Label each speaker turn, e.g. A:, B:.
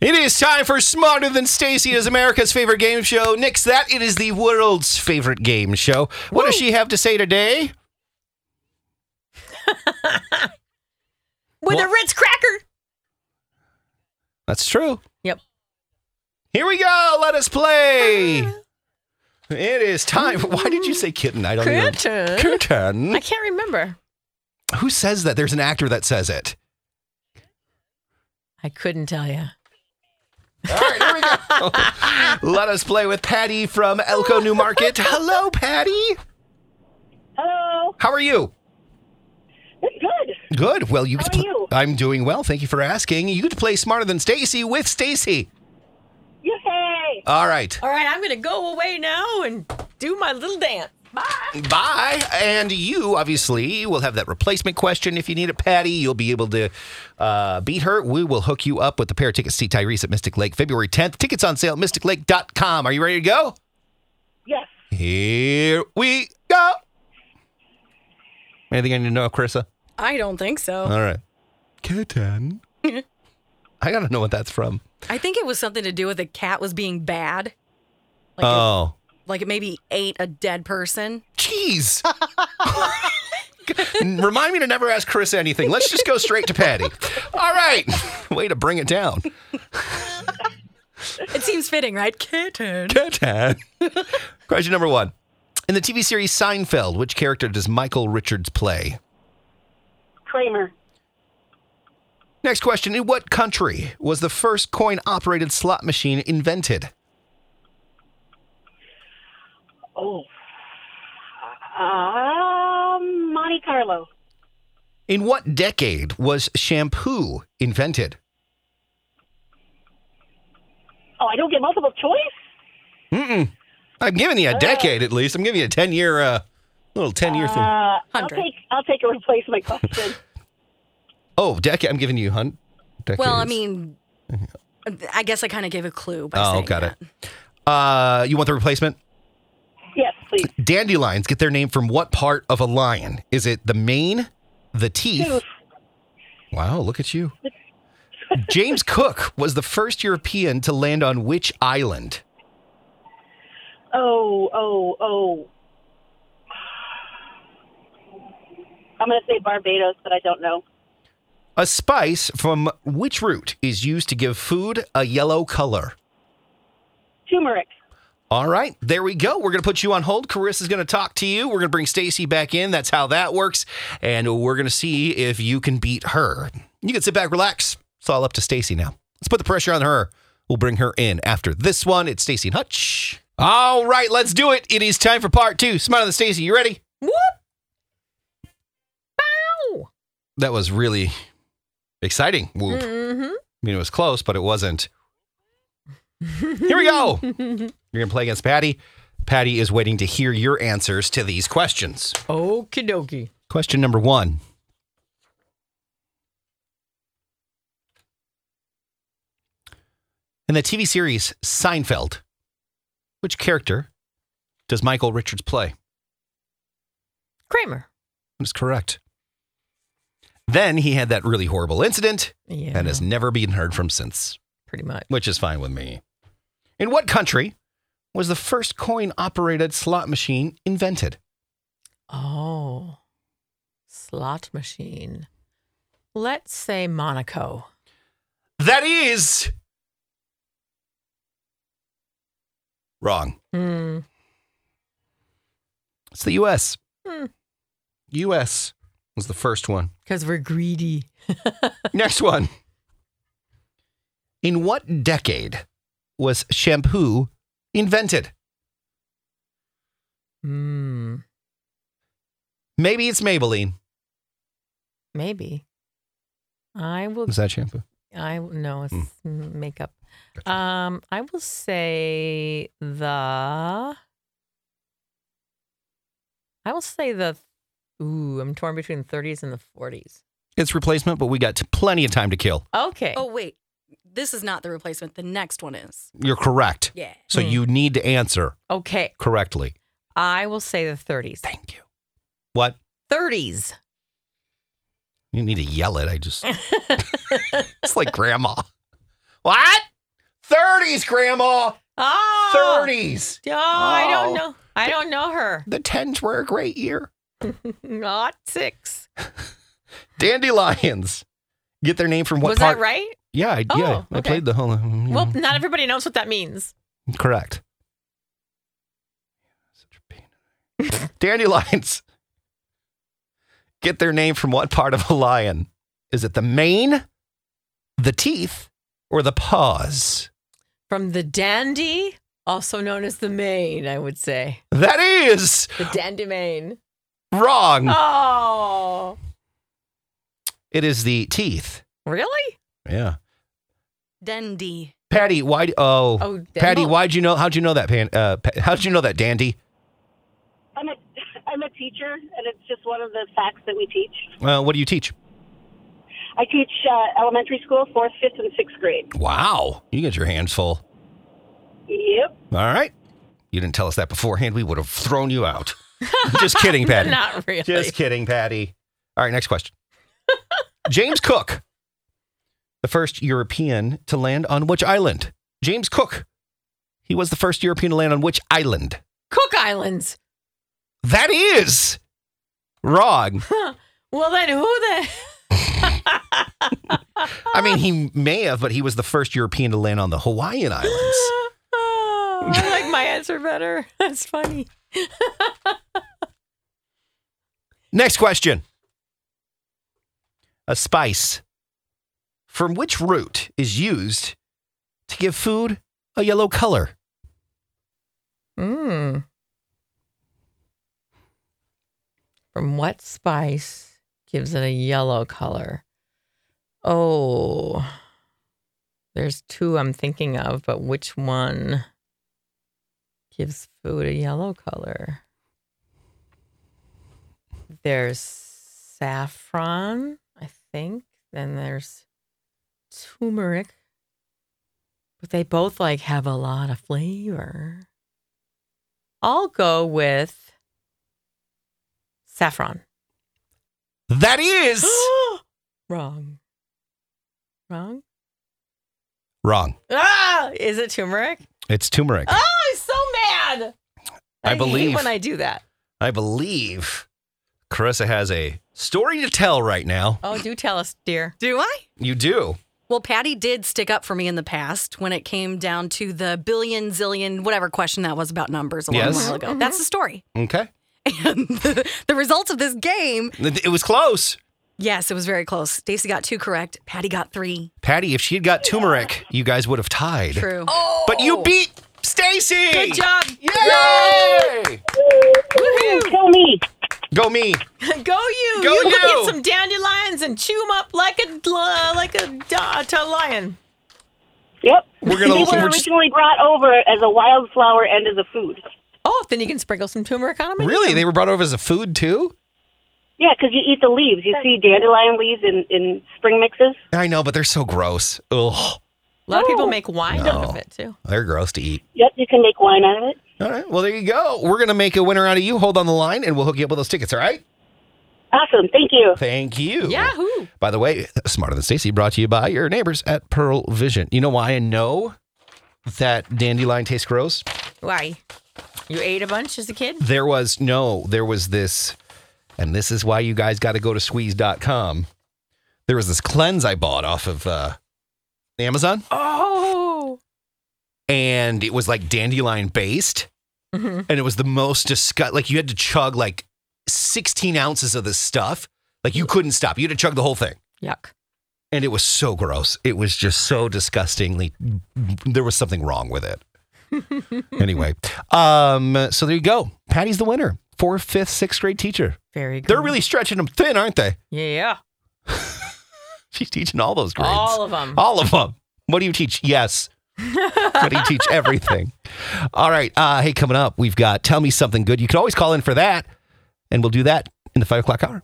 A: It is time for Smarter Than Stacy is America's favorite game show. Nix that. It is the world's favorite game show. What does she have to say today?
B: with
A: Well-
B: a Ritz cracker.
A: That's true.
B: Yep.
A: Here we go. Let us play.
B: Ah,
A: It is time. Why did you say kitten? I don't
B: Curtain.
A: even. Curtain.
B: I can't remember.
A: Who says that? There's an actor that says it.
B: I couldn't tell you.
A: All right, here we go. Let us play with Patty from Elko New Market. Hello, Patty.
C: Hello.
A: How are you?
C: Good.
A: Good. Well, you.
C: How
A: could
C: are
A: pl-
C: you?
A: I'm doing well. Thank you for asking. You could play smarter than Stacy with Stacy.
C: Yay.
A: All right.
B: All right, I'm going to go away now and do my little dance. Bye.
A: Bye. And you obviously will have that replacement question if you need it, Patty. You'll be able to uh, beat her. We will hook you up with a pair of tickets to see Tyrese at Mystic Lake February 10th. Tickets on sale at mysticlake.com. Are you ready to go?
C: Yes.
A: Here we go. Anything I need to know, Carissa?
B: I don't think so.
A: All right. Kitten. I gotta know what that's from.
B: I think it was something to do with the cat was being bad. Like,
A: Oh,
B: it, like it maybe ate a dead person.
A: jeez. Remind me to never ask Carissa anything. Let's just go straight to Patty. All right. Way to bring it down.
B: It seems fitting, right? Kitten.
A: Kitten. Question number one. In the TV series Seinfeld, which character does Michael Richards play?
C: Kramer.
A: Next question. In what country was the first coin operated slot machine invented?
C: Oh. Um, Monte Carlo.
A: In what decade was shampoo invented?
C: Oh, I don't get multiple choice?
A: I'm giving you a decade at least. I'm giving you a 10 year, uh, little 10 year thing.
C: Uh, I'll
B: 100.
C: take I'll take a replacement question.
A: Oh, decade. I'm giving you hun. Decades.
B: Well, I mean, I guess I kind of gave a clue. By
A: Oh,
B: saying
A: got
B: that.
A: it. Uh, you want the replacement?
C: yes, please.
A: Dandelions get their name from what part of a lion? Is it the mane, the teeth?
C: Tooth.
A: Wow, look at you. James Cook was the first European to land on which island?
C: Oh, oh, oh. I'm going to say Barbados, but I don't know.
A: A spice from which root is used to give food a yellow color?
C: Turmeric.
A: All right, there we go. We're going to put you on hold. Carissa's going to talk to you. We're going to bring Stacy back in. That's how that works. And we're going to see if you can beat her. You can sit back, relax. It's all up to Stacy now. Let's put the pressure on her. We'll bring her in after this one. It's Stacy and Hutch. All right, let's do it. It is time for part two. Smile the Stacy. You ready?
B: Whoop. Bow.
A: That was really exciting. Whoop.
B: Mm-hmm.
A: I mean, it was close, but it wasn't. Here we go. You're going to play against Patty. Patty is waiting to hear your answers to these questions.
B: Okie dokie.
A: Question number one. In the TV series Seinfeld, which character does Michael Richards play?
B: Kramer.
A: That is correct. Then he had that really horrible incident
B: Yeah.
A: and has never been heard from since,
B: pretty much.
A: which is fine with me. In what country was the first coin operated slot machine invented?
B: Oh, slot machine. Let's say Monaco.
A: That is wrong.
B: Hmm.
A: It's the U.S.
B: Hmm.
A: U.S. was the first one.
B: Because we're greedy.
A: Next one. In what decade was shampoo invented?
B: Hmm.
A: Maybe it's Maybelline.
B: Maybe. I will.
A: that shampoo?
B: I no. It's m- makeup. Um. I will say the. I will say the. Ooh, I'm torn between the 30s and the 40s.
A: It's replacement, but we got t- plenty of time to kill.
B: Okay.
D: Oh wait, this is not the replacement. The next one is.
A: You're correct.
D: Yeah.
A: So
B: Hmm.
A: you need to answer
B: Okay.
A: correctly.
B: I will say the 30s.
A: Thank you. What?
B: 30s.
A: You need to yell it. I just, it's like grandma. What? 30s, Grandma.
B: Oh,
A: 30s.
B: Oh, I
A: Oh.
B: don't know. I don't know her.
A: The 10s were a great year.
B: Not six.
A: Dandelions get their name from what
B: Was
A: part? Mm-hmm.
B: that right?
A: Yeah, I,
B: Oh,
A: yeah, I
B: okay.
A: played the whole. mm,
B: Well, not everybody knows what that means.
A: correct. Such a pain. in the- Dandelions get their name from what part of a lion? Is it the mane, the teeth, or the paws?
B: From the dandy, also known as the main, I would say.
A: That is
B: The dandy main.
A: wrong.
B: Oh,
A: It is the teeth.
B: really?
A: Yeah.
D: Dendy.
A: Patty, why? d- Oh,
B: Oh,
A: Patty,
B: well-
A: why'd you know? How'd you know that? Pan, uh, Pa- how'd you know that, Dandy?
C: I'm a I'm a teacher, and it's just one of the facts that we teach.
A: Uh, what do you teach?
C: I teach uh, elementary school, fourth, fifth, and sixth grade.
A: Wow, you get your hands full.
C: Yep.
A: All right. You didn't tell us that beforehand. We would have thrown you out. Just kidding, Patty.
B: Not really.
A: Just kidding, Patty. All right, next question. James Cook, the first European to land on which island? James Cook. He was the first European to land on which island?
B: Cook Islands.
A: That is wrong.
B: Well, then who the?
A: I mean, he may have, but he was the first European to land on the Hawaiian Islands.
B: Oh, I like my answer better. That's funny.
A: Next question. A spice from which root is used to give food a yellow color?
B: Mm. From what spice gives it a yellow color? Oh, there's two I'm thinking of, but which one gives food a yellow color? There's saffron, I think. Then there's turmeric. But they both like have a lot of flavor. I'll go with saffron.
A: That is
B: Wrong. Wrong.
A: wrong.
B: Ah, is it turmeric?
A: It's turmeric.
B: Oh, I'm so mad.
A: I
B: hate
A: believe.
B: when I do that.
A: I believe Carissa has a story to tell right now.
B: Oh, do tell us, dear.
D: Do I?
A: You do.
D: Well, Patty did stick up for me in the past when it came down to the billion, zillion, whatever question that was about numbers a long
A: Yes.
D: while ago.
B: Mhm.
D: That's the story.
A: Okay.
D: And the, the results of this game,
A: It was close.
D: yes, it was very close. Stacy got two correct. Patty got three.
A: Patty, if she had got turmeric, you guys would have tied.
D: True.
B: Oh,
A: But you beat Stacy.
B: Good job.
A: Yay!
C: Kill me.
A: Go me.
B: Go you.
A: Go
B: you. Go
A: you.
B: get some dandelions and chew them up like a uh, like a, da- to a lion.
C: Yep.
A: We're gonna-
C: They
A: we're
C: were
A: just-
C: originally brought over as a wildflower and as a food.
B: Oh, then you can sprinkle some turmeric on them.
A: Really? They were brought over as a food too?
C: Yeah, because you eat the leaves. You see dandelion leaves in, in spring mixes.
A: I know, but they're so gross. Ugh,
B: A lot of people make wine out of
A: Oh. No.
B: it too.
A: they're gross to eat.
C: Yep, you can make wine out of it.
A: All right. Well, there you go. We're going to make a winner out of you. Hold on the line and we'll hook you up with those tickets. All right.
C: Awesome. Thank you.
A: Thank you.
B: Yahoo.
A: By the way, Smarter Than Stacy brought to you by your neighbors at Pearl Vision. You know why I know that dandelion tastes gross?
B: Why? You ate a bunch as a kid?
A: There was no, there was this, and this is why you guys got to go to squeeze.com. There was this cleanse I bought off of uh, Amazon,
B: Oh.
A: and it was like dandelion based.
B: Mhm.
A: and it was the most disgust. Like you had to chug like 16 ounces of this stuff. Like you couldn't stop. You had to chug the whole thing.
B: Yuck.
A: And it was so gross. It was just so disgustingly. There was something wrong with it. anyway, um, so there you go. Patty's the winner. Fourth, fifth, sixth grade teacher.
B: Very good.
A: They're really stretching them thin, aren't they?
B: Yeah.
A: She's teaching all those grades.
B: All of them.
A: All of them. What do you teach? Yes. what do you teach? Everything. All right. Uh, hey, coming up, we've got Tell Me Something Good. You can always call in for that, and we'll do that in the five o'clock hour.